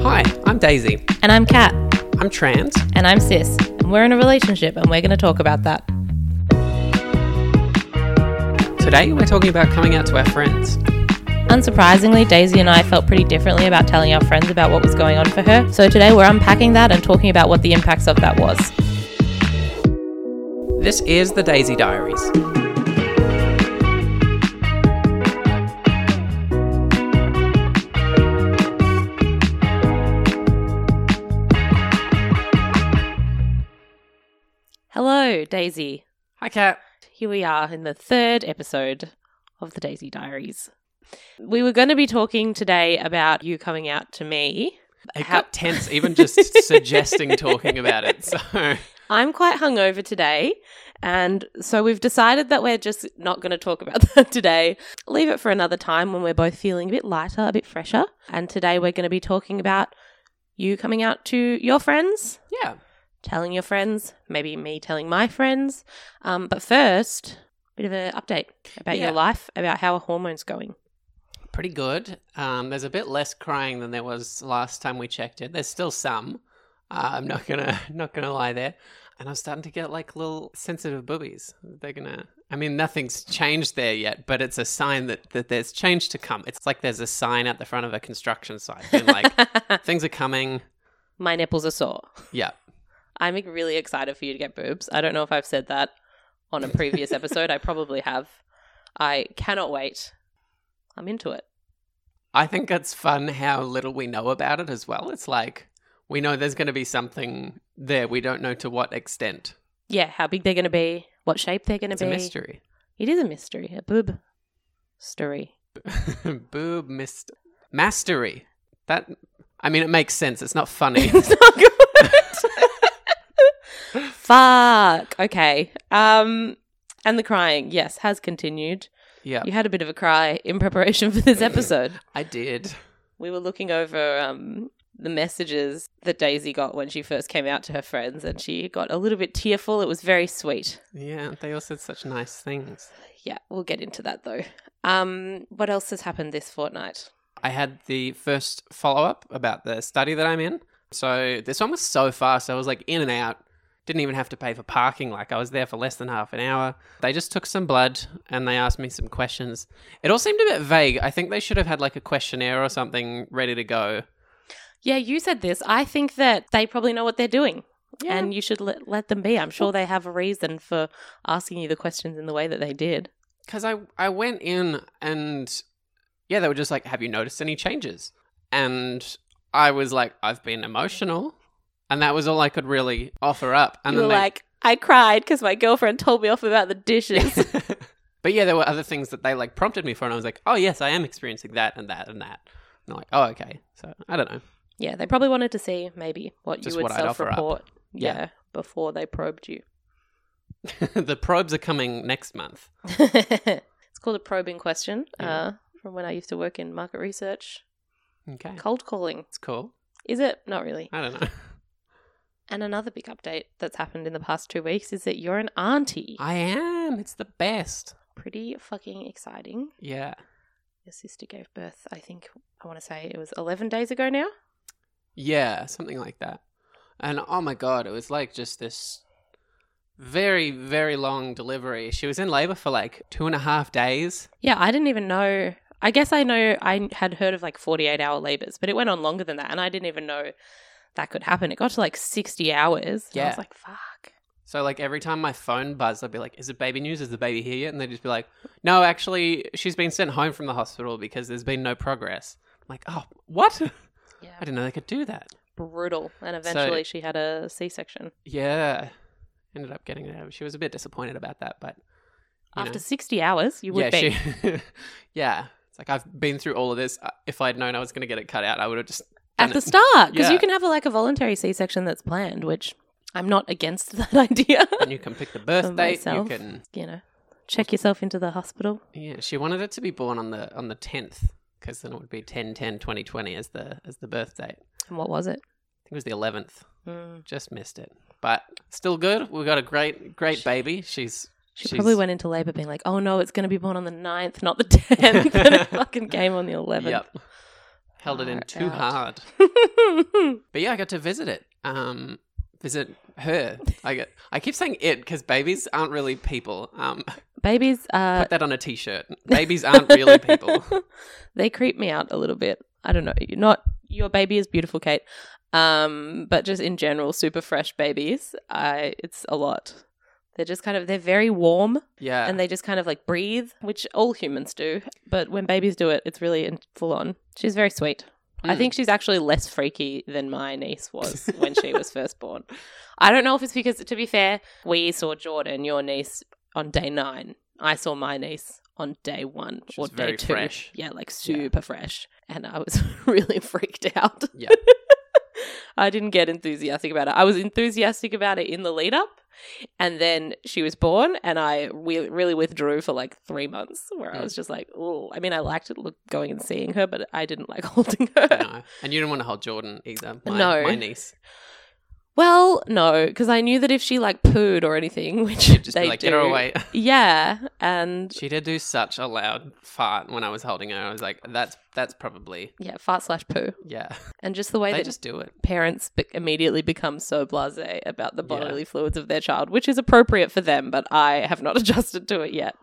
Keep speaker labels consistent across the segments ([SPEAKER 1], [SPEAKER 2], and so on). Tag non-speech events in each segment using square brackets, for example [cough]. [SPEAKER 1] I'm Daisy.
[SPEAKER 2] And I'm Kat.
[SPEAKER 1] I'm trans.
[SPEAKER 2] And I'm Sis. And we're in a relationship and we're going to talk about that.
[SPEAKER 1] Today we're talking about coming out to our friends.
[SPEAKER 2] Unsurprisingly, Daisy and I felt pretty differently about telling our friends about what was going on for her. So today we're unpacking that and talking about what the impacts of that was.
[SPEAKER 1] This is the Daisy Diaries.
[SPEAKER 2] Hello, Daisy.
[SPEAKER 1] Hi, Kat.
[SPEAKER 2] Here we are in the third episode of the Daisy Diaries. We were going to be talking today about you coming out to me.
[SPEAKER 1] It
[SPEAKER 2] How-
[SPEAKER 1] got tense even [laughs] just suggesting talking about it. So
[SPEAKER 2] I'm quite hungover today, and so we've decided that we're just not going to talk about [laughs] that today. Leave it for another time when we're both feeling a bit lighter, a bit fresher. And today we're going to be talking about you coming out to your friends,
[SPEAKER 1] yeah,
[SPEAKER 2] telling your friends, maybe me telling my friends. Um, but first, bit of an update about
[SPEAKER 1] Yeah.
[SPEAKER 2] your life, about how our hormones going.
[SPEAKER 1] pretty good. Um, there's a bit less crying than there was last time we checked it. There's still some. Uh, I'm not gonna [laughs] not gonna lie there. And I'm starting to get like little sensitive boobies. They're gonna. I mean, nothing's changed there yet, but it's a sign that, that there's change to come. It's like there's a sign at the front of a construction site, being like things are coming.
[SPEAKER 2] [laughs] my nipples are sore.
[SPEAKER 1] Yeah,
[SPEAKER 2] I'm really excited for you to get boobs. I don't know if I've said that on a [laughs] previous episode. I probably have. I cannot wait. I'm into it.
[SPEAKER 1] I think it's fun how little we know about it as well. It's like we know there's going to be something there. We don't know to what extent.
[SPEAKER 2] Yeah, how big they're going to be, what shape they're going to
[SPEAKER 1] It's
[SPEAKER 2] be.
[SPEAKER 1] a mystery. [laughs]
[SPEAKER 2] It is a mystery. A boob story.
[SPEAKER 1] Boob mist mastery. That I mean, it makes sense. It's not [laughs]
[SPEAKER 2] [laughs]
[SPEAKER 1] funny.
[SPEAKER 2] It's not good.
[SPEAKER 1] [laughs]
[SPEAKER 2] Fuck. Okay. Um, and the crying, yes, has continued.
[SPEAKER 1] yeah,
[SPEAKER 2] You had a bit of a cry in preparation for this episode.
[SPEAKER 1] I did.
[SPEAKER 2] We were looking over um, the messages that Daisy got when she first came out to her friends, and she got a little bit tearful. It was very sweet.
[SPEAKER 1] Yeah, they all said such nice things.
[SPEAKER 2] Yeah, we'll get into that though. Um, what else has happened this fortnight?
[SPEAKER 1] I had the first follow up about the study that I'm in. So this one was so fast. I was like in and out. Didn't even have to pay for parking. Like I was there for less than half an hour. They just took some blood and they asked me some questions. It all seemed a bit vague. I think they should have had like a questionnaire or something ready to go.
[SPEAKER 2] Yeah, you said this. I think that they probably know what they're doing,
[SPEAKER 1] Yeah.
[SPEAKER 2] and you should let, let them be. I'm sure they have a reason for asking you the questions in the way that they did.
[SPEAKER 1] because I I went in and yeah, they were just like, "Have you noticed any changes?" And I was like, "I've been emotional," and that was all I could really offer up. And
[SPEAKER 2] you were
[SPEAKER 1] then they-
[SPEAKER 2] like, I cried because my girlfriend told me off about the dishes.
[SPEAKER 1] [laughs] but yeah, there were other things that they like prompted me for, and I was like, "Oh yes, I am experiencing that and that and that." And they're like, "Oh okay." So I don't know.
[SPEAKER 2] [laughs]
[SPEAKER 1] [laughs]
[SPEAKER 2] yeah, they probably wanted to see maybe what
[SPEAKER 1] Just
[SPEAKER 2] you would
[SPEAKER 1] what I'd offer up.
[SPEAKER 2] self-report.
[SPEAKER 1] Yeah.
[SPEAKER 2] yeah, before they probed you.
[SPEAKER 1] the probes are coming next month.
[SPEAKER 2] it's called a probing question
[SPEAKER 1] Yeah.
[SPEAKER 2] uh, from when I used to work in market research.
[SPEAKER 1] Okay,
[SPEAKER 2] Cold calling.
[SPEAKER 1] it's cool.
[SPEAKER 2] Is it? Not really.
[SPEAKER 1] I don't know. [laughs]
[SPEAKER 2] And another big update that's happened in the past two weeks is that you're an auntie.
[SPEAKER 1] I am. It's the best.
[SPEAKER 2] Pretty fucking exciting.
[SPEAKER 1] Yeah.
[SPEAKER 2] Your sister gave birth, I think, I want to say it was 11 days ago now.
[SPEAKER 1] Yeah, something like that. And oh my god, it was like just this very, very long delivery. She was in labor for like two and a half days.
[SPEAKER 2] Yeah, I didn't even know. I guess I know I had heard of like 48 hour labors, but it went on longer than that. And I didn't even know that could happen. It got to like 60 hours. and I
[SPEAKER 1] Yeah.
[SPEAKER 2] was like, fuck.
[SPEAKER 1] So like every time my phone buzzed, I'd be like, "Is it baby news? Is the baby here yet?" And they'd just be like, "No, actually, she's been sent home from the hospital because there's been no progress." I'm like, "Oh, what? [laughs] I
[SPEAKER 2] Yeah.
[SPEAKER 1] didn't know they could do that."
[SPEAKER 2] brutal. And
[SPEAKER 1] So-
[SPEAKER 2] eventually she had a C section.
[SPEAKER 1] Yeah, ended up getting it. She was a bit disappointed about that, but you
[SPEAKER 2] After
[SPEAKER 1] know.
[SPEAKER 2] 60 hours, you would
[SPEAKER 1] yeah,
[SPEAKER 2] be.
[SPEAKER 1] she- [laughs] yeah. It's like I've been through all of this. Uh, If I'd known I was going to get it cut out, I would have just
[SPEAKER 2] At
[SPEAKER 1] done
[SPEAKER 2] the
[SPEAKER 1] it.
[SPEAKER 2] start, because
[SPEAKER 1] Yeah.
[SPEAKER 2] you can have a, like a voluntary C section that's planned, which I'm not against [laughs] that idea.
[SPEAKER 1] and you can pick the birth date. You
[SPEAKER 2] myself.
[SPEAKER 1] can.
[SPEAKER 2] you know, check yourself into the hospital.
[SPEAKER 1] Yeah, she wanted it to be born on the on the tenth because then it would be 10 10 2020 as the as the birth date. I think
[SPEAKER 2] And what was it?
[SPEAKER 1] it was the eleventh.
[SPEAKER 2] Mm.
[SPEAKER 1] Just missed it, but still good. We got a great great baby. She's
[SPEAKER 2] She
[SPEAKER 1] She's-
[SPEAKER 2] probably went into labor being [laughs] like, oh no, it's going to be born on the 9th, not the 10th. and it fucking came on the 11th.
[SPEAKER 1] yep. held it in
[SPEAKER 2] Far
[SPEAKER 1] too
[SPEAKER 2] out.
[SPEAKER 1] hard. But yeah, I got to visit it. Um, visit her. I get. I keep saying it because babies aren't really people. Um,
[SPEAKER 2] [laughs]
[SPEAKER 1] [laughs]
[SPEAKER 2] Babies are
[SPEAKER 1] put that on a t-shirt. Babies aren't
[SPEAKER 2] [laughs]
[SPEAKER 1] really people.
[SPEAKER 2] they creep me out a little bit. I don't know. You're not your baby is beautiful, Kate. Um, but just in general, super fresh babies. I it's a lot. They're just kind of they're very warm
[SPEAKER 1] Yeah.
[SPEAKER 2] and they just kind of like breathe, which all humans do. But when babies do it, it's really in- full on. She's very sweet. I
[SPEAKER 1] Mm.
[SPEAKER 2] think she's actually less freaky than my niece was when she
[SPEAKER 1] [laughs]
[SPEAKER 2] was first born. I don't know if it's because, to be fair, we saw Jordan, your niece, on day nine. I saw my niece on day one
[SPEAKER 1] She
[SPEAKER 2] or
[SPEAKER 1] was
[SPEAKER 2] day
[SPEAKER 1] very
[SPEAKER 2] two.
[SPEAKER 1] fresh.
[SPEAKER 2] Yeah, like super fresh. And I was [laughs] really freaked out.
[SPEAKER 1] Yeah.
[SPEAKER 2] [laughs] I didn't get enthusiastic about it. I was enthusiastic about it in the lead up. And then she was born, and I we- really withdrew for like three months, where I
[SPEAKER 1] Mm.
[SPEAKER 2] was just like, "Oh, I mean, I liked it, look, going and seeing her, but I didn't like [laughs] holding her."
[SPEAKER 1] no. And you didn't want to hold Jordan either. My,
[SPEAKER 2] No.
[SPEAKER 1] My
[SPEAKER 2] [laughs]
[SPEAKER 1] niece.
[SPEAKER 2] Well, no, because I knew that if she like pooed or anything, [laughs] which
[SPEAKER 1] You'd just
[SPEAKER 2] they
[SPEAKER 1] be like,
[SPEAKER 2] do,
[SPEAKER 1] get her away. [laughs]
[SPEAKER 2] yeah, and
[SPEAKER 1] She did do such a loud fart when I was holding her. I was like, that's that's probably
[SPEAKER 2] yeah, fart slash poo,
[SPEAKER 1] yeah.
[SPEAKER 2] and just the way
[SPEAKER 1] They
[SPEAKER 2] that
[SPEAKER 1] just do it.
[SPEAKER 2] parents be- immediately become so blasé about the
[SPEAKER 1] Yeah.
[SPEAKER 2] bodily fluids of their child, which is appropriate for them, but I have not [laughs] adjusted to it yet.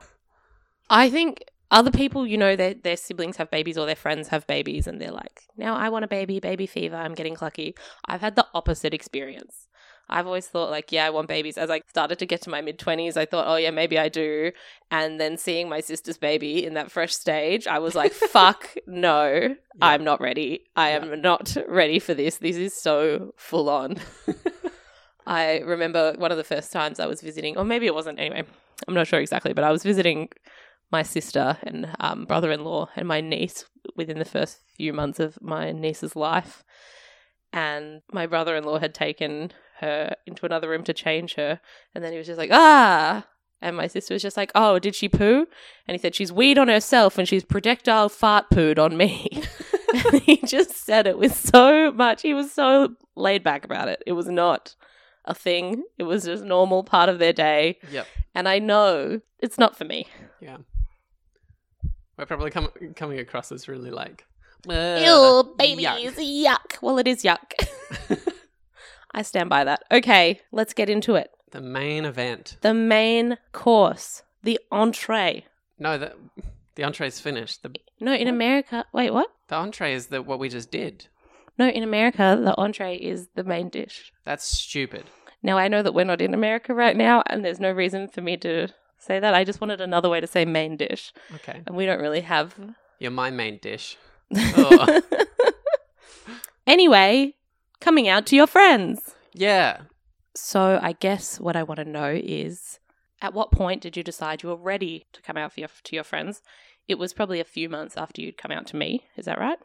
[SPEAKER 2] I think other people, you know, their their siblings have babies or their friends have babies, and they're like, "Now I want a baby, baby fever, I'm getting clucky." I've had the opposite experience. I've always thought like, yeah, I want babies. As I started to get to my mid twenties, I thought, oh yeah, maybe I do. And then seeing my sister's baby in that fresh stage, I was like, fuck no.
[SPEAKER 1] Yeah.
[SPEAKER 2] I'm not ready. I am not ready for this. This is so full on. I remember one of the first times I was visiting, or maybe it wasn't anyway, I'm not sure exactly, but I was visiting my sister and um, brother in law and my niece within the first few months of my niece's life. And my brother in law had taken her into another room to change her. And then he was just like, ah. And my sister was just like, oh, did she poo? And he said, she's weed on herself and she's projectile fart pooed on me. [laughs] and he just said it with so much. He was so laid back about it. It was not a thing, it was just normal part of their day.
[SPEAKER 1] Yep.
[SPEAKER 2] And I know it's not for me.
[SPEAKER 1] We're probably com- coming across as really like
[SPEAKER 2] Ew,
[SPEAKER 1] "Ugh,
[SPEAKER 2] babies,
[SPEAKER 1] yuck."
[SPEAKER 2] Uh, yuck. Well, it is yuck. [laughs] I stand by that. Okay, let's get into it.
[SPEAKER 1] The main event.
[SPEAKER 2] The main course, the entree.
[SPEAKER 1] No, the the entree's finished. The
[SPEAKER 2] No, in America, wait, what?
[SPEAKER 1] the entree is the what we just did.
[SPEAKER 2] No, in America, the entree is the main dish.
[SPEAKER 1] That's stupid.
[SPEAKER 2] Now, I know that we're not in America right now, and there's no reason for me to say that. I just wanted another way to say main dish,
[SPEAKER 1] Okay.
[SPEAKER 2] and we don't really have.
[SPEAKER 1] You're my main dish. Oh.
[SPEAKER 2] [laughs] anyway, coming out to your friends.
[SPEAKER 1] Yeah.
[SPEAKER 2] So I guess what I want to know is at what point did you decide you were ready to come out for your, to your friends? It was probably a few months after you'd come out to me. Is that right?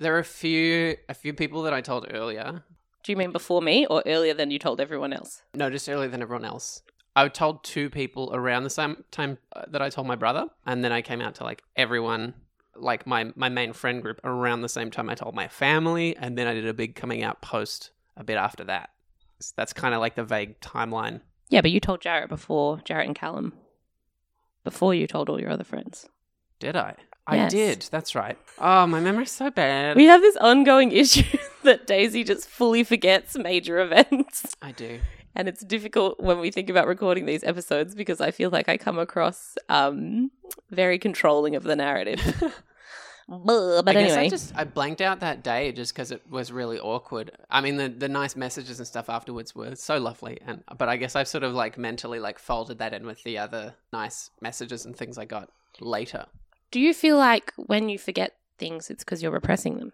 [SPEAKER 1] There are a few a few people that I told earlier.
[SPEAKER 2] Do you mean before me or earlier than you told everyone else?
[SPEAKER 1] No, just earlier than everyone else. I told two people around the same time uh, that I told my brother, and then I came out to like everyone, like my my main friend group around the same time I told my family, and then I did a big coming out post a bit after that. So that's kind of like the vague timeline.
[SPEAKER 2] Yeah, but you told Jarrett before Jarrett and Callum. Before you told all your other friends.
[SPEAKER 1] Did I? I
[SPEAKER 2] Yes.
[SPEAKER 1] did. That's right. Oh, my memory's so bad.
[SPEAKER 2] We have this ongoing [laughs] issue that Daisy just fully forgets major events. [laughs]
[SPEAKER 1] I do.
[SPEAKER 2] And it's difficult when we think about recording these episodes because I feel like I come across um, very controlling of the narrative. [laughs] Buh, but
[SPEAKER 1] I guess I
[SPEAKER 2] anyway,
[SPEAKER 1] just I blanked out that day just because it was really awkward. I mean, the the nice messages and stuff afterwards were so lovely, and but I guess I've sort of like mentally like folded that in with the other nice messages and things I got later.
[SPEAKER 2] do you feel like when you forget things, it's because you're repressing them?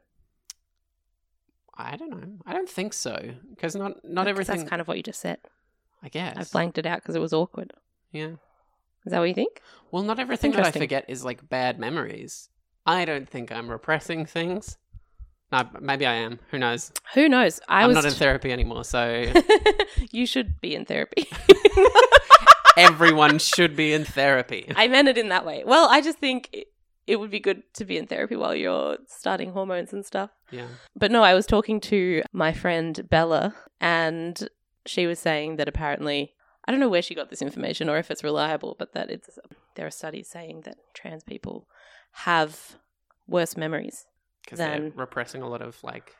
[SPEAKER 1] I don't know. I don't think so because not not
[SPEAKER 2] 'Cause
[SPEAKER 1] everything.
[SPEAKER 2] That's kind of what you just said.
[SPEAKER 1] I guess.
[SPEAKER 2] I blanked it out because it was awkward.
[SPEAKER 1] yeah.
[SPEAKER 2] Is that what you think?
[SPEAKER 1] Well, not everything that I
[SPEAKER 2] interesting.
[SPEAKER 1] forget is like bad memories. I don't think I'm repressing things. No, maybe I am. Who knows?
[SPEAKER 2] Who knows? I
[SPEAKER 1] I am
[SPEAKER 2] was.
[SPEAKER 1] not in therapy anymore, so [laughs]
[SPEAKER 2] [laughs] you should be in therapy. [laughs]
[SPEAKER 1] everyone should be in
[SPEAKER 2] [laughs]
[SPEAKER 1] therapy.
[SPEAKER 2] I meant it in that way. Well, I just think it, it would be good to be in therapy while you're starting hormones and stuff.
[SPEAKER 1] Yeah.
[SPEAKER 2] But no, I was talking to my friend Bella, and she was saying that apparently, I don't know where she got this information or if it's reliable, but that it's there are studies saying that trans people have worse memories
[SPEAKER 1] because they're
[SPEAKER 2] Then-
[SPEAKER 1] repressing a lot of like,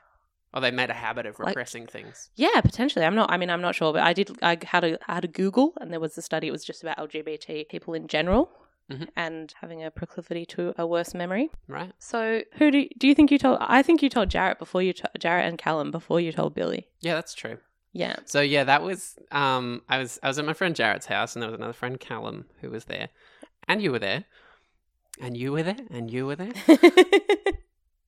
[SPEAKER 1] or they made a habit of
[SPEAKER 2] Like-
[SPEAKER 1] repressing things.
[SPEAKER 2] Yeah, potentially. I'm not. I mean, I'm not sure, but I did. I had a I had a Google, and there was a study. It was just about LGBT people in general,
[SPEAKER 1] Mhm.
[SPEAKER 2] and having a proclivity to a worse memory.
[SPEAKER 1] Right?
[SPEAKER 2] So, who do you, do you think you told? I think you told Jarrett before you to, Jarrett and Callum before you told Billy.
[SPEAKER 1] Yeah, that's true.
[SPEAKER 2] Yeah. [laughs]
[SPEAKER 1] So yeah, that was um, I was I was at my friend Jarrett's house, and there was another friend Callum who was there, and you were there, and you were there, and you were there.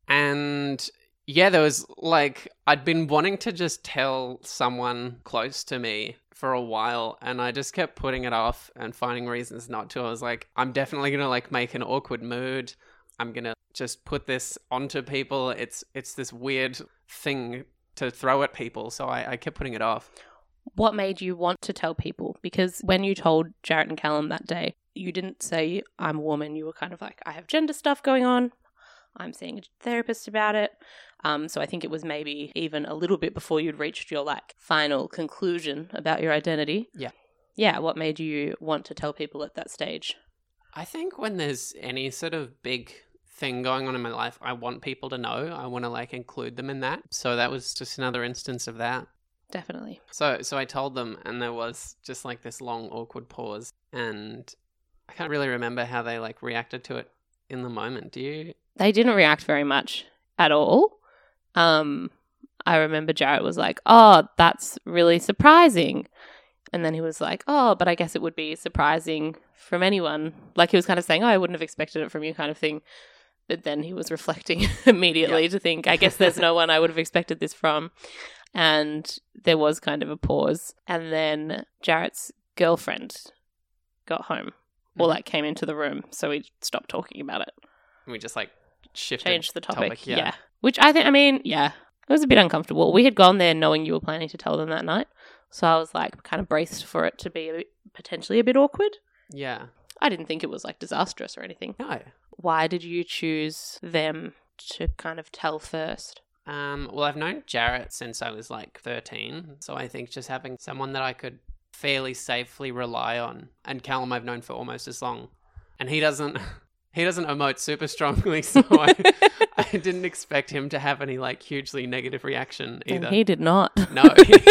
[SPEAKER 1] And yeah, there was like, I'd been wanting to just tell someone close to me for a while, and I just kept putting it off and finding reasons not to. I was like, I'm definitely gonna like make an awkward mood. I'm gonna just put this onto people. It's it's this weird thing to throw at people, so I, I kept putting it off.
[SPEAKER 2] what made you want to tell people? Because when you told Jarrett and Callum that day, you didn't say I'm a woman. You were kind of like I have gender stuff going on. I'm seeing a therapist about it. Um, so I think it was maybe even a little bit before you'd reached your like final conclusion about your identity.
[SPEAKER 1] Yeah.
[SPEAKER 2] Yeah. What made you want to tell people at that stage?
[SPEAKER 1] I think when there's any sort of big thing going on in my life, I want people to know. I want to like include them in that. So that was just another instance of that.
[SPEAKER 2] Definitely.
[SPEAKER 1] So so I told them and there was just like this long awkward pause and I can't really remember how they like reacted to it in the moment. Do you?
[SPEAKER 2] They didn't react very much at all. Um, I remember Jarrett was like, "Oh, that's really surprising," and then he was like, "Oh, but I guess it would be surprising from anyone." Like he was kind of saying, "Oh, I wouldn't have expected it from you," kind of thing. But then he was [laughs] reflecting immediately to think, "I guess there's no one I would have expected this from." And there was kind of a pause, and then Jarrett's girlfriend got home. Or
[SPEAKER 1] Mhm.
[SPEAKER 2] like came into the room, so we stopped talking about it
[SPEAKER 1] We just like shifted
[SPEAKER 2] change the topic.
[SPEAKER 1] topic, yeah.
[SPEAKER 2] yeah. Which I think, I mean, yeah, it was a bit uncomfortable. We had gone there knowing you were planning to tell them that night. So I was like kind of braced for it to be a bit- potentially a bit awkward.
[SPEAKER 1] Yeah.
[SPEAKER 2] I didn't think it was like disastrous or anything.
[SPEAKER 1] No.
[SPEAKER 2] Why did you choose them to kind of
[SPEAKER 1] [laughs]
[SPEAKER 2] tell first?
[SPEAKER 1] Um well I've known Jarrett since I was like 13, so I think just having someone that I could fairly safely rely on and Callum I've known for almost as long and he doesn't [laughs] he doesn't emote super strongly [laughs] so
[SPEAKER 2] [laughs]
[SPEAKER 1] I, I didn't expect him to have any like hugely negative reaction
[SPEAKER 2] and
[SPEAKER 1] either.
[SPEAKER 2] he did not.
[SPEAKER 1] No.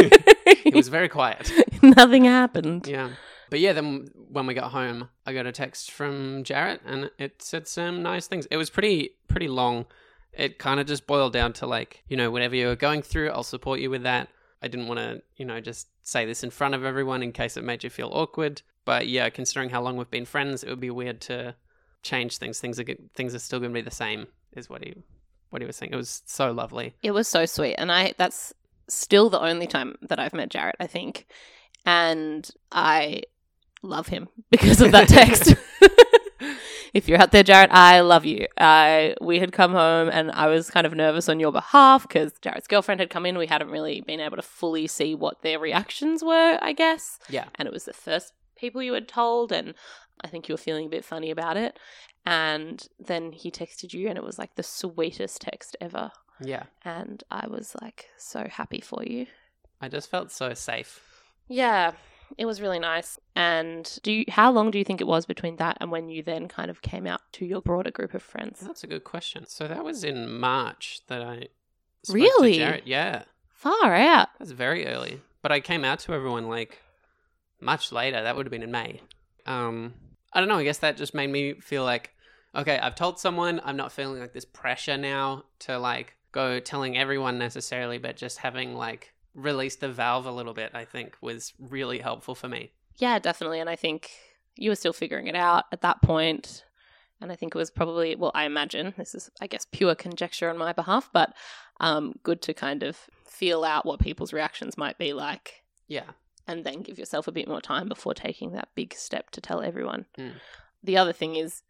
[SPEAKER 1] [laughs] he
[SPEAKER 2] [laughs]
[SPEAKER 1] was very quiet.
[SPEAKER 2] Nothing happened.
[SPEAKER 1] Yeah. But yeah, then when we got home, I got a text from Jarrett and it said some nice things. It was pretty pretty long. It kind of just boiled down to like, you know, whatever you're going through, I'll support you with that. I didn't want to, you know, just say this in front of everyone in case it made you feel awkward. But yeah, considering how long we've been friends, it would be weird to change things. Things are good, things are still going to be the same, is what he what he was saying. It was so lovely.
[SPEAKER 2] It was so sweet, and I that's still the only time that I've met Jarrett, I think, and I love him [laughs] because of that text. if you're out there, Jarrett, I love you. I we had come home, and I was kind of nervous on your behalf because Jarrett's girlfriend had come in. We hadn't really been able to fully see what their reactions were, I guess
[SPEAKER 1] Yeah.
[SPEAKER 2] and it was the first people you had told and i think you were feeling a bit funny about it and then he texted you and it was like the sweetest text ever
[SPEAKER 1] Yeah.
[SPEAKER 2] and i was like so happy for you
[SPEAKER 1] I just felt so safe.
[SPEAKER 2] yeah it was really nice and do you how long do you think it was between that and when you then kind of came out to your broader group of friends
[SPEAKER 1] That's a good question. So that was in March that I spoke
[SPEAKER 2] Really?
[SPEAKER 1] to Jarrett. Yeah,
[SPEAKER 2] far out
[SPEAKER 1] that was very early. But I came out to everyone like much later. That would have been in May. Um, I don't know. I guess that just made me feel like okay, I've told someone. I'm not feeling like this pressure now to like go telling everyone necessarily, but just having like released the valve a little bit. I think was really helpful for me.
[SPEAKER 2] Yeah, definitely. And I think you were still figuring it out at that point. And I think it was probably, well, I imagine this is, I guess, pure conjecture on my behalf, but um, good to kind of feel out what people's reactions might be like
[SPEAKER 1] Yeah,
[SPEAKER 2] and then give yourself a bit more time before taking that big step to tell everyone.
[SPEAKER 1] Mm.
[SPEAKER 2] The other thing is,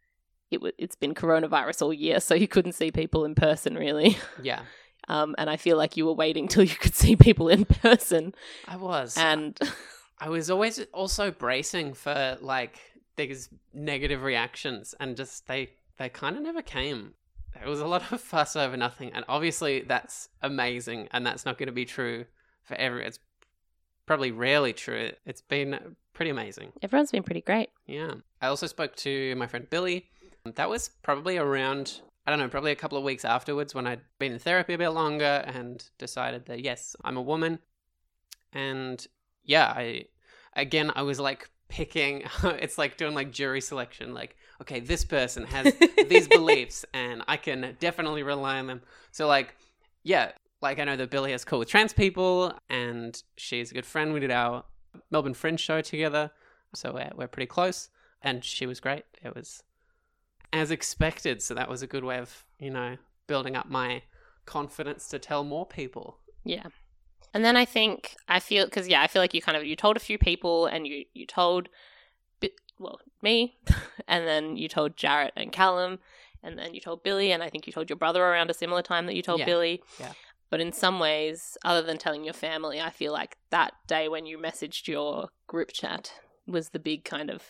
[SPEAKER 2] it w- it's been coronavirus all year, so you couldn't see people in person really. [laughs]
[SPEAKER 1] yeah,
[SPEAKER 2] Um, and I feel like you were waiting [laughs] till you could see people in person.
[SPEAKER 1] I was.
[SPEAKER 2] And [laughs]
[SPEAKER 1] I was always also bracing for like these negative reactions, and just they they kind of never came. There was a lot of fuss over nothing, and obviously that's amazing, and that's not going to be true for every. It's probably rarely true. It's been pretty amazing.
[SPEAKER 2] everyone's been pretty great.
[SPEAKER 1] Yeah. I also spoke to my friend Billy. That was probably around. I I don't know, probably a couple of weeks afterwards when I'd been in therapy a bit longer and decided that, yes, I'm a woman. And yeah, I, again, I was like picking, [laughs] it's like doing like jury selection, like, okay, this person has these beliefs and I can definitely rely on them. So, like, yeah, like I know that Billy is cool with trans people and she's a good friend. We did our Melbourne Fringe show together. So we're, we're pretty close and she was great. It was as expected. So that was a good way of, you know, building up my confidence to tell more people.
[SPEAKER 2] Yeah. And then I think I feel because yeah, I feel like you kind of you told a few people and you you told, bi- well, me, [laughs] and then you told Jarrett and Callum, and then you told Billy, and I think you told your brother around a similar time that you told
[SPEAKER 1] Yeah.
[SPEAKER 2] Billy.
[SPEAKER 1] Yeah.
[SPEAKER 2] But in some ways, other than telling your family, I feel like that day when you messaged your group chat was the big kind of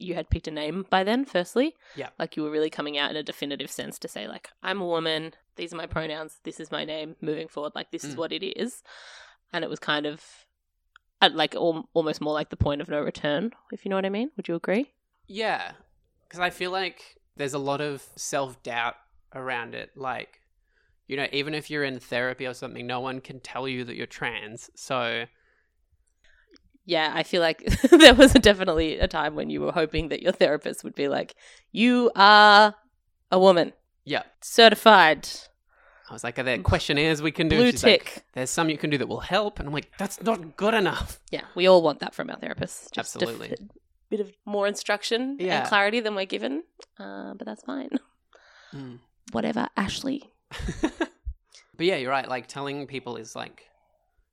[SPEAKER 2] you had picked a name by then. Firstly,
[SPEAKER 1] Yeah.
[SPEAKER 2] like you were really coming out in a definitive sense to say like I'm a woman. These are my pronouns. This is my name. Moving forward, like this is
[SPEAKER 1] Mm.
[SPEAKER 2] what it is and it was kind of at like al- almost more like the point of no return, if you know what I mean. Would you agree?
[SPEAKER 1] Yeah. Because I feel like there's a lot of self doubt around it. Like, you know, even if you're in therapy or something, no one can tell you that you're trans. So,
[SPEAKER 2] Yeah, I feel like [laughs] there was definitely a time when you were hoping that your therapist would be like, "You are a woman,
[SPEAKER 1] yeah.
[SPEAKER 2] certified,
[SPEAKER 1] I was like, are there questionnaires we can do?
[SPEAKER 2] blue
[SPEAKER 1] She's like,
[SPEAKER 2] tick."
[SPEAKER 1] there's some you can do that will help. And I'm like, that's not good enough.
[SPEAKER 2] yeah, we all want that from our therapists. a
[SPEAKER 1] Absolutely.
[SPEAKER 2] f- bit of more instruction
[SPEAKER 1] Yeah.
[SPEAKER 2] and clarity than we're given, uh, but that's fine. [laughs] Hmm.
[SPEAKER 1] Mm.
[SPEAKER 2] Whatever, Ashley.
[SPEAKER 1] [laughs] but yeah, you're right. Like telling people is like,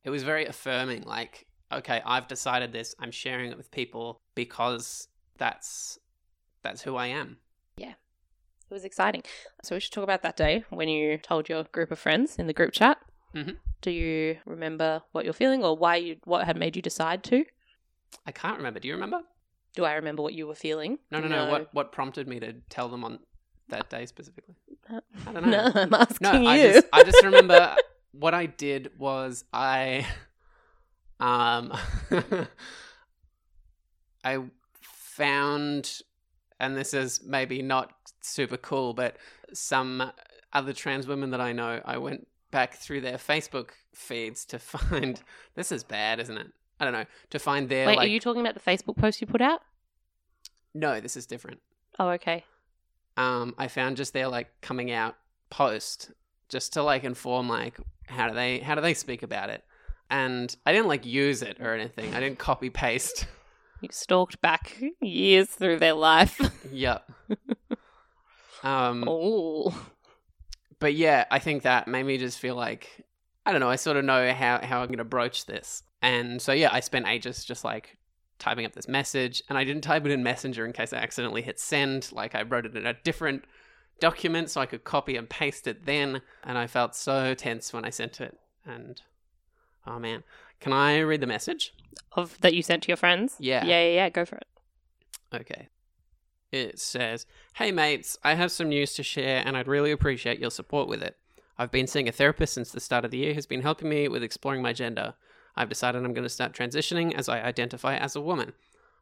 [SPEAKER 1] it was very affirming. Like, okay, I've decided this. I'm sharing it with people because that's that's who I am.
[SPEAKER 2] It was exciting. So we should talk about that day when you told your group of friends in the group chat.
[SPEAKER 1] Mhm.
[SPEAKER 2] Do you remember what you're feeling or why you what had made you decide to?
[SPEAKER 1] I can't remember. Do you remember?
[SPEAKER 2] Do I remember what you were feeling?
[SPEAKER 1] No, no, no. What what prompted me to tell them on that day specifically? I don't know.
[SPEAKER 2] [laughs] No, I'm asking
[SPEAKER 1] No,
[SPEAKER 2] you.
[SPEAKER 1] I just I
[SPEAKER 2] [laughs]
[SPEAKER 1] just remember what I did was I um [laughs] I found and this is maybe not super cool, but some other trans women that I know, I went back through their Facebook feeds to [laughs] find this is bad, isn't it? I don't know. To find their
[SPEAKER 2] Wait,
[SPEAKER 1] like
[SPEAKER 2] are you talking about the Facebook post you put out?
[SPEAKER 1] No, this is different.
[SPEAKER 2] Oh, okay.
[SPEAKER 1] um, I found just their like coming out post just to like inform like how do they how do they speak about it and I didn't like use it or anything I didn't copy [laughs] paste
[SPEAKER 2] You stalked back years through
[SPEAKER 1] [laughs]
[SPEAKER 2] their life.
[SPEAKER 1] yep um
[SPEAKER 2] oh.
[SPEAKER 1] but yeah I think that made me just feel like I don't know I sort of know how how I'm gonna broach this and so yeah I spent ages just like typing up this message and I didn't type it in messenger in case I accidentally hit send like I wrote it in a different document so I could copy and paste it then. And I felt so tense when I sent it. And oh man, can I read the message?
[SPEAKER 2] Of that you sent to your friends?
[SPEAKER 1] Yeah.
[SPEAKER 2] Yeah, yeah, yeah. Go for it.
[SPEAKER 1] Okay. It says, Hey mates, I have some news to share and I'd really appreciate your support with it. I've been seeing a therapist since the start of the year who's been helping me with exploring my gender. I've decided I'm going to start transitioning as I identify as a woman.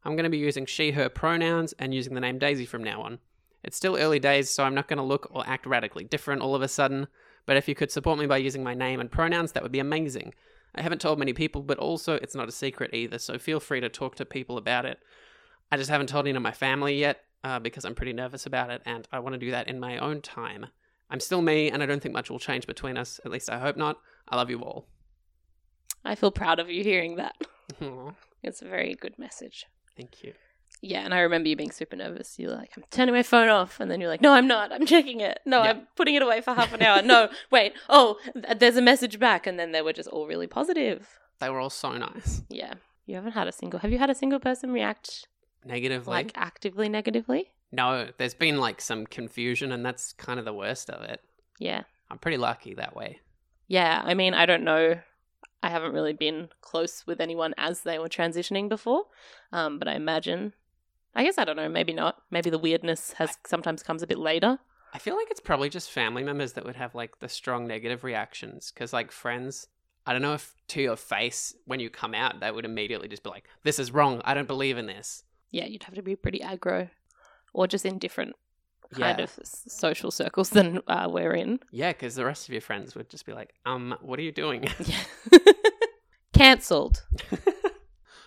[SPEAKER 1] I'm going to be using she, her pronouns and using the name Daisy from now on. It's still early days, so I'm not going to look or act radically different all of a sudden, but if you could support me by using my name and pronouns, that would be amazing. I haven't told many people, but also it's not a secret either, so feel free to talk to people about it. I just haven't told any of my family yet uh, because I'm pretty nervous about it and I want to do that in my own time. I'm still me and I don't think much will change between us. At least I hope not. I love you all.
[SPEAKER 2] I feel proud of you hearing that.
[SPEAKER 1] Aw,
[SPEAKER 2] It's a very good message.
[SPEAKER 1] Thank you.
[SPEAKER 2] Yeah, and I remember you being super nervous. You're like, I'm turning my phone off. And then you're like, no, I'm not. I'm checking it. No,
[SPEAKER 1] Yeah.
[SPEAKER 2] I'm putting it away for half an hour. [laughs] No, wait. Oh, th- there's a message back. And then they were just all really positive.
[SPEAKER 1] They were all so nice.
[SPEAKER 2] Yeah. You haven't had a single. Have you had a single person react
[SPEAKER 1] Negatively.
[SPEAKER 2] like actively negatively?
[SPEAKER 1] no, there's been like some confusion and that's kind of the worst of it.
[SPEAKER 2] Yeah.
[SPEAKER 1] I'm pretty lucky that way.
[SPEAKER 2] Yeah. I mean, I don't know. I haven't really been close with anyone as they were transitioning before. Um, but I imagine, I guess, I don't know. Maybe not. Maybe the weirdness has sometimes comes a bit later.
[SPEAKER 1] I feel like it's probably just family members that would have like the strong negative reactions because like friends, I don't know if to your face when you come out, they would immediately just be like, this is wrong. I don't believe in this.
[SPEAKER 2] yeah, you'd have to be pretty aggro or just indifferent. kind
[SPEAKER 1] Yeah.
[SPEAKER 2] of s- social circles [laughs] than uh, we're in.
[SPEAKER 1] Yeah, because the rest of your friends would just be like, um, what are you doing? [laughs]
[SPEAKER 2] Yeah. [laughs] Cancelled.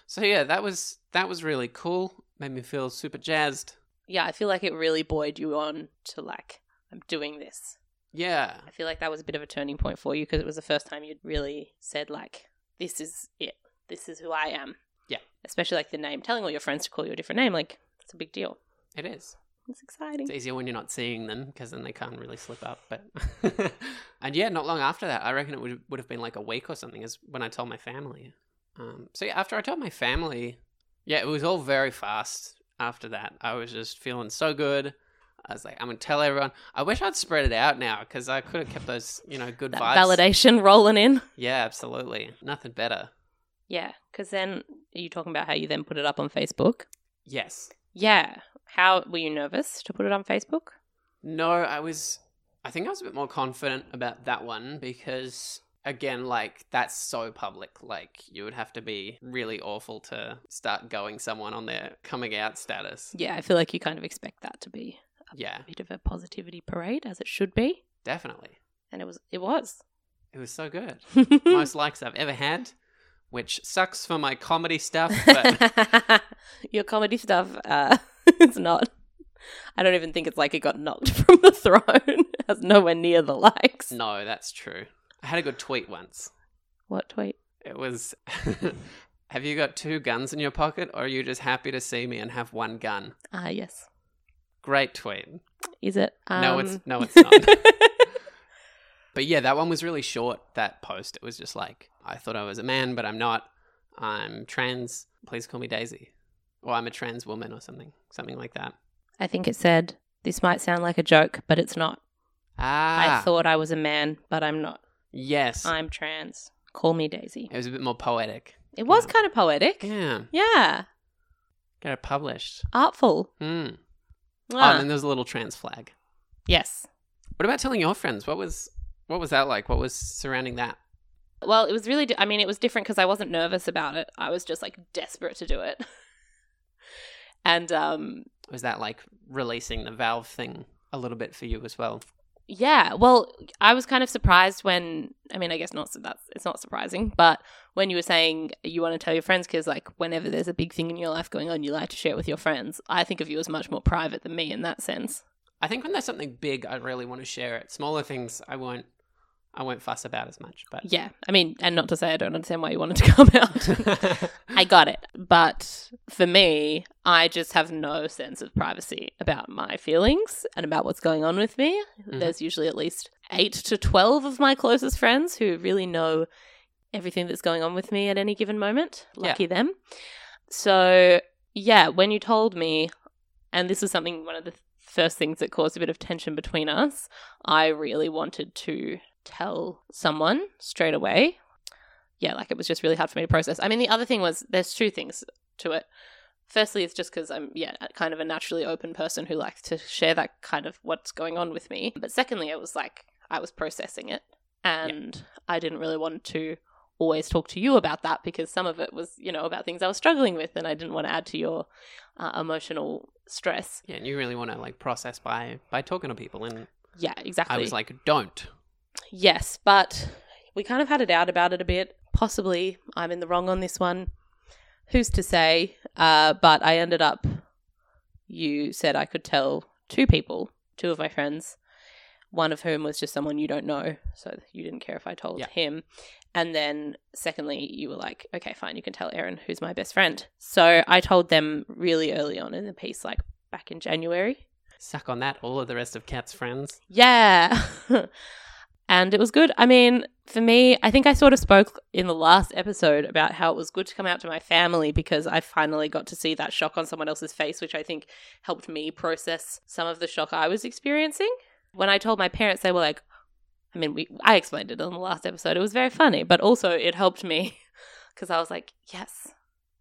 [SPEAKER 1] so yeah, that was that was really cool. Made me feel super jazzed.
[SPEAKER 2] Yeah, I feel like it really buoyed you on to like, I'm doing this.
[SPEAKER 1] Yeah.
[SPEAKER 2] I feel like that was a bit of a turning point for you because it was the first time you'd really said like, this is it. This is who I am.
[SPEAKER 1] Yeah.
[SPEAKER 2] Especially like the name, telling all your friends to call you a different name, like it's a big deal.
[SPEAKER 1] It is.
[SPEAKER 2] It's exciting.
[SPEAKER 1] It's easier when you're not seeing them because then they can't really slip up. But [laughs] and yeah, not long after that, I reckon it would would have been like a week or something, is when I told my family. Um, so yeah, after I told my family, yeah, it was all very fast. After that, I was just feeling so good. I was like, I'm gonna tell everyone. I wish I'd spread it out now because I could have kept those, you know, good
[SPEAKER 2] That
[SPEAKER 1] vibes.
[SPEAKER 2] validation rolling in.
[SPEAKER 1] Yeah, absolutely. Nothing better.
[SPEAKER 2] Yeah, because then are you talking about how you then put it up on Facebook?
[SPEAKER 1] Yes.
[SPEAKER 2] Yeah. How were you nervous to put it on Facebook?
[SPEAKER 1] No, I was. I think I was a bit more confident about that one because, again, like that's so public. Like you would have to be really awful to start going someone on their coming out status.
[SPEAKER 2] Yeah, I feel like you kind of expect that to be
[SPEAKER 1] Yeah,
[SPEAKER 2] a bit of a positivity parade, as it should be,
[SPEAKER 1] definitely.
[SPEAKER 2] and it was. It was.
[SPEAKER 1] It was so good.
[SPEAKER 2] you
[SPEAKER 1] Most likes I've ever had, which sucks for my comedy
[SPEAKER 2] [laughs]
[SPEAKER 1] stuff, but
[SPEAKER 2] [laughs] Your comedy stuff. Uh, [laughs] it's not. I don't even think it's like it got knocked [laughs] from the throne. It Has nowhere near the likes.
[SPEAKER 1] no, that's true. I had a good tweet once.
[SPEAKER 2] What tweet?
[SPEAKER 1] It was [laughs] Have you got two guns in your pocket, or are you just happy to see me and have one gun?
[SPEAKER 2] Ah, yes.
[SPEAKER 1] Great tweet.
[SPEAKER 2] Is it? Um,
[SPEAKER 1] No, it's no, it's not. but yeah, that one was really short. That post, it was just like, I thought I was a man, but I'm not. I'm trans. Please call me Daisy, or I'm a trans woman, or something, something like that.
[SPEAKER 2] [laughs] I think it said this might sound like a joke, but it's not.
[SPEAKER 1] Ah,
[SPEAKER 2] I thought I was a man, but I'm not.
[SPEAKER 1] yes.
[SPEAKER 2] I'm trans. Call me Daisy.
[SPEAKER 1] it was a bit more poetic.
[SPEAKER 2] It was
[SPEAKER 1] Yeah.
[SPEAKER 2] kind of poetic.
[SPEAKER 1] Yeah,
[SPEAKER 2] Yeah.
[SPEAKER 1] got it published.
[SPEAKER 2] Artful.
[SPEAKER 1] Hmm. Oh,
[SPEAKER 2] Ah,
[SPEAKER 1] and then there's a little trans flag.
[SPEAKER 2] yes.
[SPEAKER 1] What about telling your friends? What was what was that like? What was surrounding that?
[SPEAKER 2] Well, it was really, di- I mean, it was different because I wasn't nervous about it. I was just like desperate to do it. [laughs] and um,
[SPEAKER 1] Was that like releasing the Valve thing a little bit for you as well?
[SPEAKER 2] yeah, well, I was kind of surprised when, I mean, I guess not, so that's, it's not surprising, but when you were saying you want to tell your friends, because like whenever there's a big thing in your life going on, you like to share it with your friends. I think of you as much more private than me in that sense.
[SPEAKER 1] I think when there's something big, I really want to share it. Smaller things, I won't. I won't fuss about as much. But
[SPEAKER 2] Yeah. I mean, and not to say I don't understand why you wanted to [laughs] come out. I got it. But for me, I just have no sense of privacy about my feelings and about what's going on with me.
[SPEAKER 1] Mhm.
[SPEAKER 2] There's usually at least eight to 12 of my closest friends who really know everything that's going on with me at any given moment.
[SPEAKER 1] Yeah.
[SPEAKER 2] Lucky them. So, yeah, when you told me, and this was something, one of the first things that caused a bit of tension between us, I really wanted to tell someone straight away yeah, like it was just really hard for me to process. I mean, the other thing was there's two things to it. Firstly, it's just because I'm, yeah, kind of a naturally open person who likes to share that kind of what's going on with me. But secondly, it was like I was processing it and I didn't really want to always talk to you about that because some of it was, you know, about things I was struggling with and I didn't want to add to your uh, emotional stress.
[SPEAKER 1] [laughs] yeah, and you really want to like process by by talking to people, and
[SPEAKER 2] Yeah, exactly.
[SPEAKER 1] I was like, don't.
[SPEAKER 2] Yes, but we kind of had it out about it a bit. Possibly I'm in the wrong on this one. Who's to say? Uh, but I ended up, you said I could tell two people, two of my friends, one of whom was just someone you don't know. So you didn't care if I told
[SPEAKER 1] Yeah.
[SPEAKER 2] him. And then, secondly, you were like, okay, fine, you can tell Erin, who's my best friend. So I told them really early on in the piece, like back in January.
[SPEAKER 1] Suck on that, all of the rest of Kat's friends.
[SPEAKER 2] Yeah. [laughs] and it was good. I mean, for me, I think I sort of spoke in the last episode about how it was good to come out to my family because I finally got to see that shock on someone else's face, which I think helped me process some of the shock I was experiencing. When I told my parents, they were like, I mean, we, I explained it on the last episode. It was very funny, but also it helped me because I was like, yes,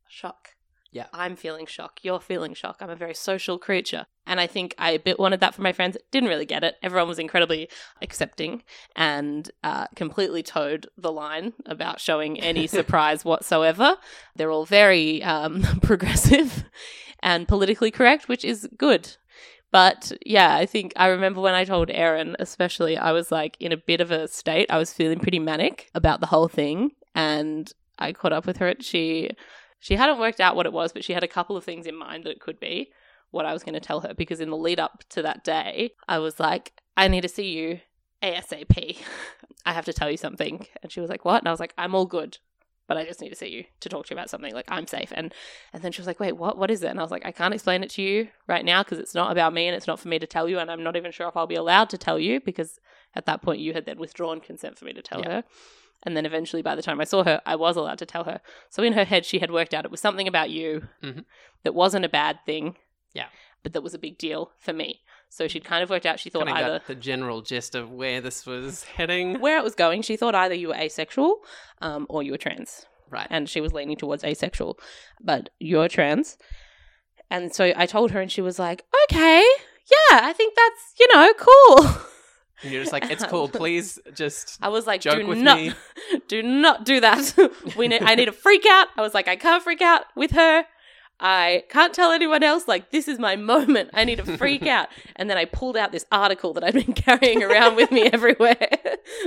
[SPEAKER 2] shock.
[SPEAKER 1] Yeah.
[SPEAKER 2] I'm feeling shock. You're feeling shock. I'm a very social creature. And I think I a bit wanted that for my friends. Didn't really get it. Everyone was incredibly accepting and uh, completely towed the line about showing any surprise whatsoever. They're [laughs] all very um, progressive and politically correct, which is good. But yeah, I think I remember when I told Erin, especially, I was like in a bit of a state. I was feeling pretty manic about the whole thing. And I caught up with her. and She she hadn't worked out what it was, but she had a couple of things in mind that it could be what I was going to tell her because in the lead up to that day, I was like, I need to see you ASAP. [laughs] I have to tell you something. And she was like, What? And I was like, I'm all good, but I just need to see you to talk to you about something. Like, I'm safe. And and then she was like, Wait, what? What is it? And I was like, I can't explain it to you right now because it's not about me and it's not for me to tell you. And I'm not even sure if I'll be allowed to tell you because at that point you had then withdrawn consent for me to tell
[SPEAKER 1] Yeah.
[SPEAKER 2] her. And then eventually, by the time I saw her, I was allowed to tell her. So in her head, she had worked out it was something about you
[SPEAKER 1] Mhm.
[SPEAKER 2] that wasn't a bad thing.
[SPEAKER 1] Yeah.
[SPEAKER 2] But that was a big deal for me. So she'd kind of worked out, she thought
[SPEAKER 1] Kind of
[SPEAKER 2] either
[SPEAKER 1] got the general gist of where this was heading.
[SPEAKER 2] where it was going, she thought either you were asexual um, or you were trans.
[SPEAKER 1] Right.
[SPEAKER 2] And she was leaning towards asexual, but you're trans. And so I told her, and she was like, okay, yeah, I think that's, you know, cool. [laughs]
[SPEAKER 1] And you're just like, it's cool. Please just
[SPEAKER 2] I was like,
[SPEAKER 1] Joke
[SPEAKER 2] do
[SPEAKER 1] with
[SPEAKER 2] not,
[SPEAKER 1] me.
[SPEAKER 2] [laughs] do not do that. [laughs] we need, I need to freak out. I was like, I can't freak out with her. I can't tell anyone else. Like, this is my [laughs] moment. I need
[SPEAKER 1] [laughs]
[SPEAKER 2] to freak out. And then I pulled out this article that I'd been [laughs] carrying around with me [laughs] everywhere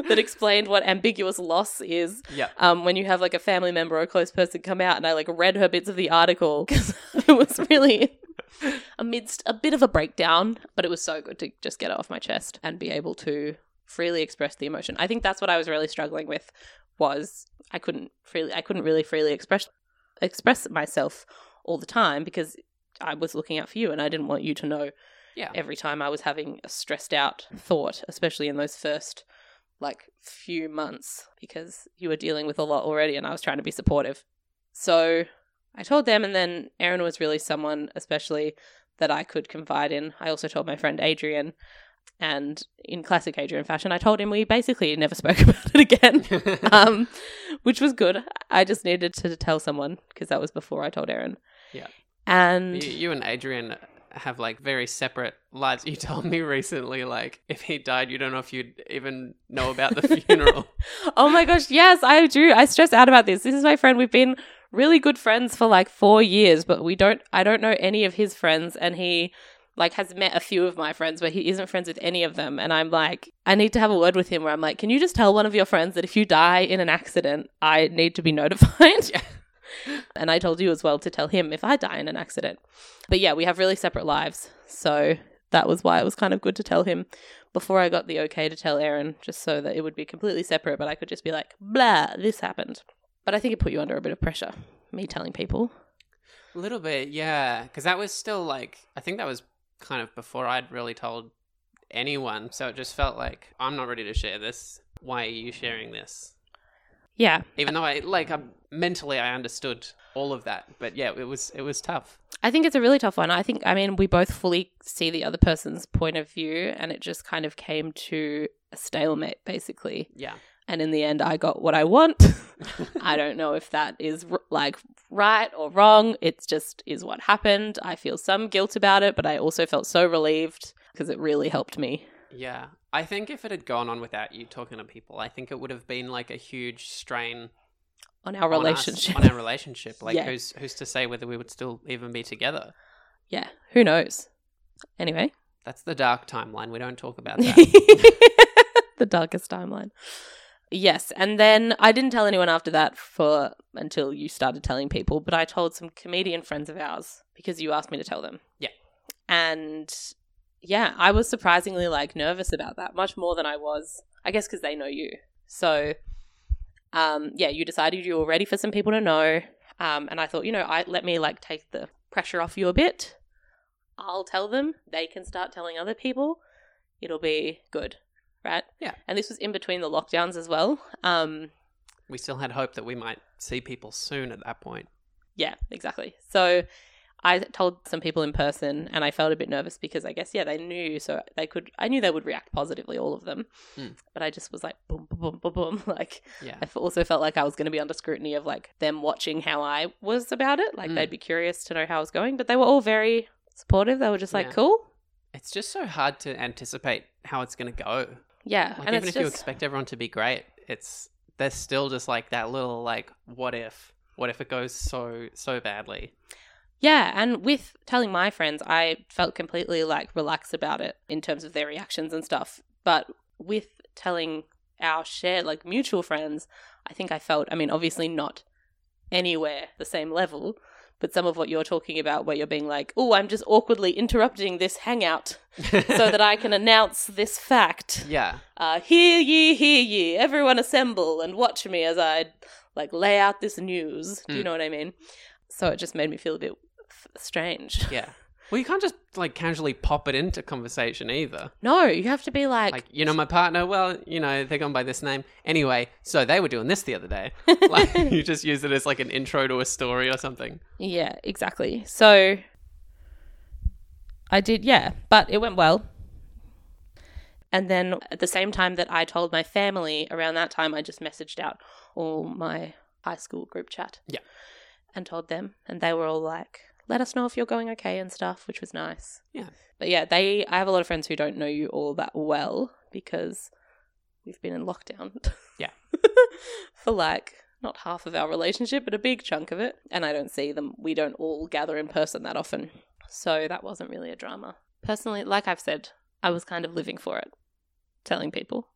[SPEAKER 2] that explained what ambiguous loss is.
[SPEAKER 1] Yeah.
[SPEAKER 2] Um, when you have like a family member or a close person come out, and I like read her bits of the article [laughs] because it was really amidst a bit of a breakdown, but it was so good to just get it off my chest and be able to freely express the emotion. I think that's what I was really struggling with was I couldn't freely I couldn't really freely express express myself all the time because I was looking out for you and I didn't want you to know
[SPEAKER 1] Yeah.
[SPEAKER 2] every time I was having a stressed out thought, especially in those first like few months because you were dealing with a lot already and I was trying to be supportive. So I told them and then Erin was really someone especially that I could confide in. I also told my friend Adrian and in classic Adrian fashion, I told him we basically never [laughs] spoke about
[SPEAKER 1] [laughs]
[SPEAKER 2] it again um, which was good. I just needed to tell someone because that was before I told Aaron.
[SPEAKER 1] Yeah. you,
[SPEAKER 2] And
[SPEAKER 1] you and Adrian have like very separate lives. You told me [laughs] recently, like, if he died, you don't know if you'd even know about
[SPEAKER 2] [laughs]
[SPEAKER 1] the funeral.
[SPEAKER 2] oh my gosh, yes, I do. I stress out about this. This is my friend. We've been really good friends for like four years, but we don't. I don't know any of his friends, and he like has met a few of my friends, but he isn't friends with any of them. And I'm like, I need to have a word with him. Where I'm like, can you just tell one of your friends that if you die in an accident, I need to be [laughs] notified.
[SPEAKER 1] Yeah.
[SPEAKER 2] And I told you as well to tell him if I die in an accident. But yeah, we have really separate lives. So that was why it was kind of good to tell him before I got the okay to tell Aaron, just so that it would be completely separate, but I could just be like, blah, this happened. But I think it put you under a bit of pressure, me telling people.
[SPEAKER 1] A little bit, yeah. Because that was still like, I think that was kind of before I'd really told anyone. So it just felt like, I'm not ready to share this. Why are you sharing this?
[SPEAKER 2] Yeah.
[SPEAKER 1] Even though I, like, I'm, mentally I understood all of that. But yeah, it was, it was tough.
[SPEAKER 2] I think it's a really tough one. I think, I mean, we both fully see the other person's point of view, and it just kind of came to a stalemate, basically.
[SPEAKER 1] Yeah.
[SPEAKER 2] And in the end, I got what I [laughs] want. I don't know if that is r- like right or wrong. It's just is what happened. I feel some guilt about it, but I also felt so relieved because it really helped me.
[SPEAKER 1] Yeah. I think if it had gone on without you talking to people, I think it would have been like a huge strain
[SPEAKER 2] on our
[SPEAKER 1] on us-
[SPEAKER 2] relationship.
[SPEAKER 1] on our relationship. Like
[SPEAKER 2] Yeah.
[SPEAKER 1] who's who's to say whether we would still even be together?
[SPEAKER 2] yeah, who knows? Anyway,
[SPEAKER 1] That's the dark timeline. We don't talk
[SPEAKER 2] [laughs]
[SPEAKER 1] about that.
[SPEAKER 2] the darkest timeline. Yes, and then I didn't tell anyone after that for until you started telling people, but I told some comedian friends of ours because you asked me to tell them.
[SPEAKER 1] Yeah.
[SPEAKER 2] And yeah, I was surprisingly like nervous about that, much more than I was, I guess cuz they know you. So um yeah, you decided you were ready for some people to know. Um and I thought, you know, I let me like take the pressure off you a bit. I'll tell them, they can start telling other people. It'll be good, right?
[SPEAKER 1] Yeah.
[SPEAKER 2] And this was in between the lockdowns as well. Um
[SPEAKER 1] we still had hope that we might see people soon at that point.
[SPEAKER 2] Yeah, exactly. So I told some people in person and I felt a bit nervous because I guess, yeah, they knew. So they could, I knew they would react positively, all of them.
[SPEAKER 1] Mm.
[SPEAKER 2] But I just was like, boom, boom, boom, boom, boom. [laughs] Like,
[SPEAKER 1] Yeah.
[SPEAKER 2] I f- also felt like I was going to be under scrutiny of like them watching how I was about it. Like,
[SPEAKER 1] Mm.
[SPEAKER 2] they'd be curious to know how I was going. But they were all very supportive. They were just like,
[SPEAKER 1] Yeah.
[SPEAKER 2] cool.
[SPEAKER 1] It's just so hard to anticipate how it's going to go.
[SPEAKER 2] Yeah.
[SPEAKER 1] Like
[SPEAKER 2] and
[SPEAKER 1] even
[SPEAKER 2] it's
[SPEAKER 1] if you
[SPEAKER 2] just,
[SPEAKER 1] expect everyone to be great, it's there's still just like that little like what if? What if it goes so so badly?
[SPEAKER 2] Yeah, and with telling my friends, I felt completely like relaxed about it in terms of their reactions and stuff. But with telling our shared, like mutual friends, I think I felt, I mean, obviously not anywhere the same level, but some of what you're talking about, where you're being like, oh, I'm just awkwardly interrupting this hangout [laughs]
[SPEAKER 1] [laughs]
[SPEAKER 2] so that I can announce this fact.
[SPEAKER 1] yeah,
[SPEAKER 2] Uh, hear ye, hear ye, everyone assemble and watch me as I like lay out this news. Do you
[SPEAKER 1] Mm.
[SPEAKER 2] know what I mean? So it just made me feel a bit f- strange.
[SPEAKER 1] yeah. Well, you can't just like casually pop it into conversation either.
[SPEAKER 2] No, you have to be like,
[SPEAKER 1] Like, you know, my partner. Well, you know, they're gone by this name anyway. So they were doing this the other
[SPEAKER 2] [laughs]
[SPEAKER 1] day. Like, you just use it as like an intro to a story or something. [laughs]
[SPEAKER 2] yeah, exactly. So I did, yeah, but it went well. And then at the same time that I told my family, around that time, I just messaged out all my high school group chat.
[SPEAKER 1] Yeah.
[SPEAKER 2] And told them. And they were all like, let us know if you're going okay and stuff, which was nice.
[SPEAKER 1] Yeah.
[SPEAKER 2] But yeah, they, I have a lot of friends who don't know you all that well because we've been in lockdown.
[SPEAKER 1] Yeah.
[SPEAKER 2] [laughs] For like, not half of our relationship, but a big chunk of it. And I don't see them. We don't all gather in person that often. So that wasn't really a drama. Personally, like I've said, I was kind of living for it, telling people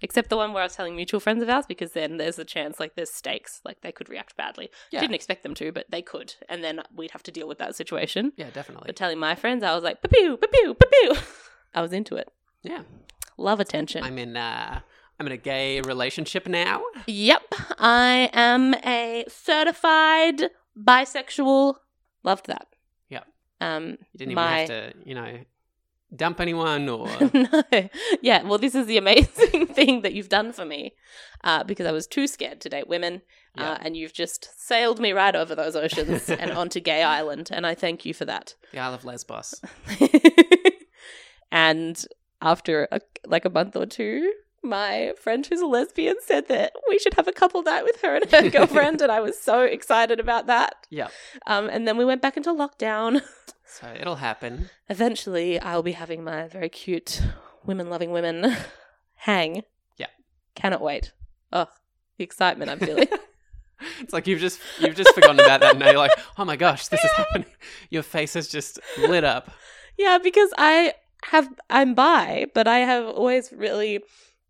[SPEAKER 2] except the one where I was telling mutual friends of ours because then there's a chance like there's stakes like they could react badly.
[SPEAKER 1] Yeah.
[SPEAKER 2] Didn't expect them to, but they could, and then we'd have to deal with that situation.
[SPEAKER 1] yeah, definitely.
[SPEAKER 2] But telling my friends, I was like, pew pew pew. [laughs] I was into it.
[SPEAKER 1] Yeah,
[SPEAKER 2] Love attention.
[SPEAKER 1] I'm in. uh I'm in a gay relationship now.
[SPEAKER 2] Yep, I am a certified bisexual. Loved that.
[SPEAKER 1] Yep.
[SPEAKER 2] Um,
[SPEAKER 1] You didn't even
[SPEAKER 2] my
[SPEAKER 1] have to, you know, dump anyone
[SPEAKER 2] [laughs]
[SPEAKER 1] or
[SPEAKER 2] no. Yeah, well, this is the amazing [laughs] thing that you've done for me uh, because I was too scared to date women.
[SPEAKER 1] Yeah.
[SPEAKER 2] Uh, and you've just sailed me right over those oceans and onto Gay Island. And I thank you for that.
[SPEAKER 1] the Isle of
[SPEAKER 2] [laughs]
[SPEAKER 1] Lesbos.
[SPEAKER 2] and after a, like a month or two, my friend who's a lesbian said that we should have a couple night with her and her girlfriend. and I was so excited about that.
[SPEAKER 1] Yep.
[SPEAKER 2] Um, and then we went back into lockdown.
[SPEAKER 1] So it'll happen.
[SPEAKER 2] Eventually, I'll be having my very cute women loving women [laughs] hang.
[SPEAKER 1] Yeah.
[SPEAKER 2] Cannot wait. Oh, the excitement I'm feeling.
[SPEAKER 1] It's like you've just you've just forgotten about that now. You're like, oh my gosh, this is happening. [laughs] Your face is just lit up.
[SPEAKER 2] yeah, because I have, I'm bi, but I have always really,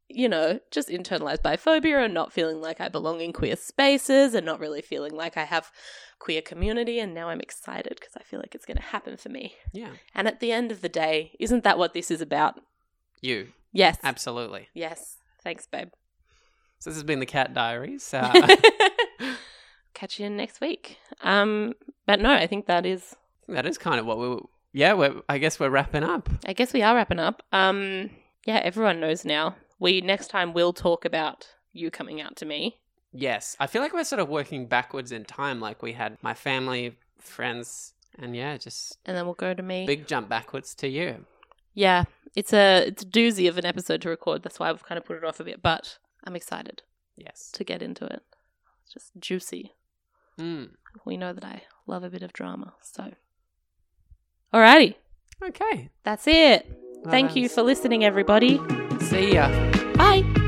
[SPEAKER 2] you know, just internalized biphobia and not feeling like I belong in queer spaces and not really feeling like I have queer community. And now I'm excited because I feel like it's going to happen for me.
[SPEAKER 1] Yeah,
[SPEAKER 2] And at the end of the day, isn't that what this is about?
[SPEAKER 1] you
[SPEAKER 2] Yes.
[SPEAKER 1] absolutely.
[SPEAKER 2] yes. Thanks, babe.
[SPEAKER 1] So this has been the Cat Diaries.
[SPEAKER 2] [laughs]
[SPEAKER 1] Uh, [laughs]
[SPEAKER 2] Catch you next week. Um, but no, I think that is.
[SPEAKER 1] that is kind of what we. Were, yeah, we're, I guess we're wrapping up.
[SPEAKER 2] I guess we are wrapping up. Um, yeah, everyone knows now. We next time will talk about you coming out to me.
[SPEAKER 1] Yes, I feel like we're sort of working backwards in time. Like we had my family, friends, and yeah, just
[SPEAKER 2] and then we'll go to me.
[SPEAKER 1] big jump backwards to you.
[SPEAKER 2] yeah, it's a it's a doozy of an episode to record. That's why I've kind of put it off a bit, but I'm excited
[SPEAKER 1] Yes.
[SPEAKER 2] to get into it. It's just juicy.
[SPEAKER 1] Mm.
[SPEAKER 2] We know that I love a bit of drama, so. Alrighty,
[SPEAKER 1] Okay.
[SPEAKER 2] that's it.
[SPEAKER 1] Well
[SPEAKER 2] Thank
[SPEAKER 1] done.
[SPEAKER 2] you for listening, everybody.
[SPEAKER 1] See ya.
[SPEAKER 2] Bye.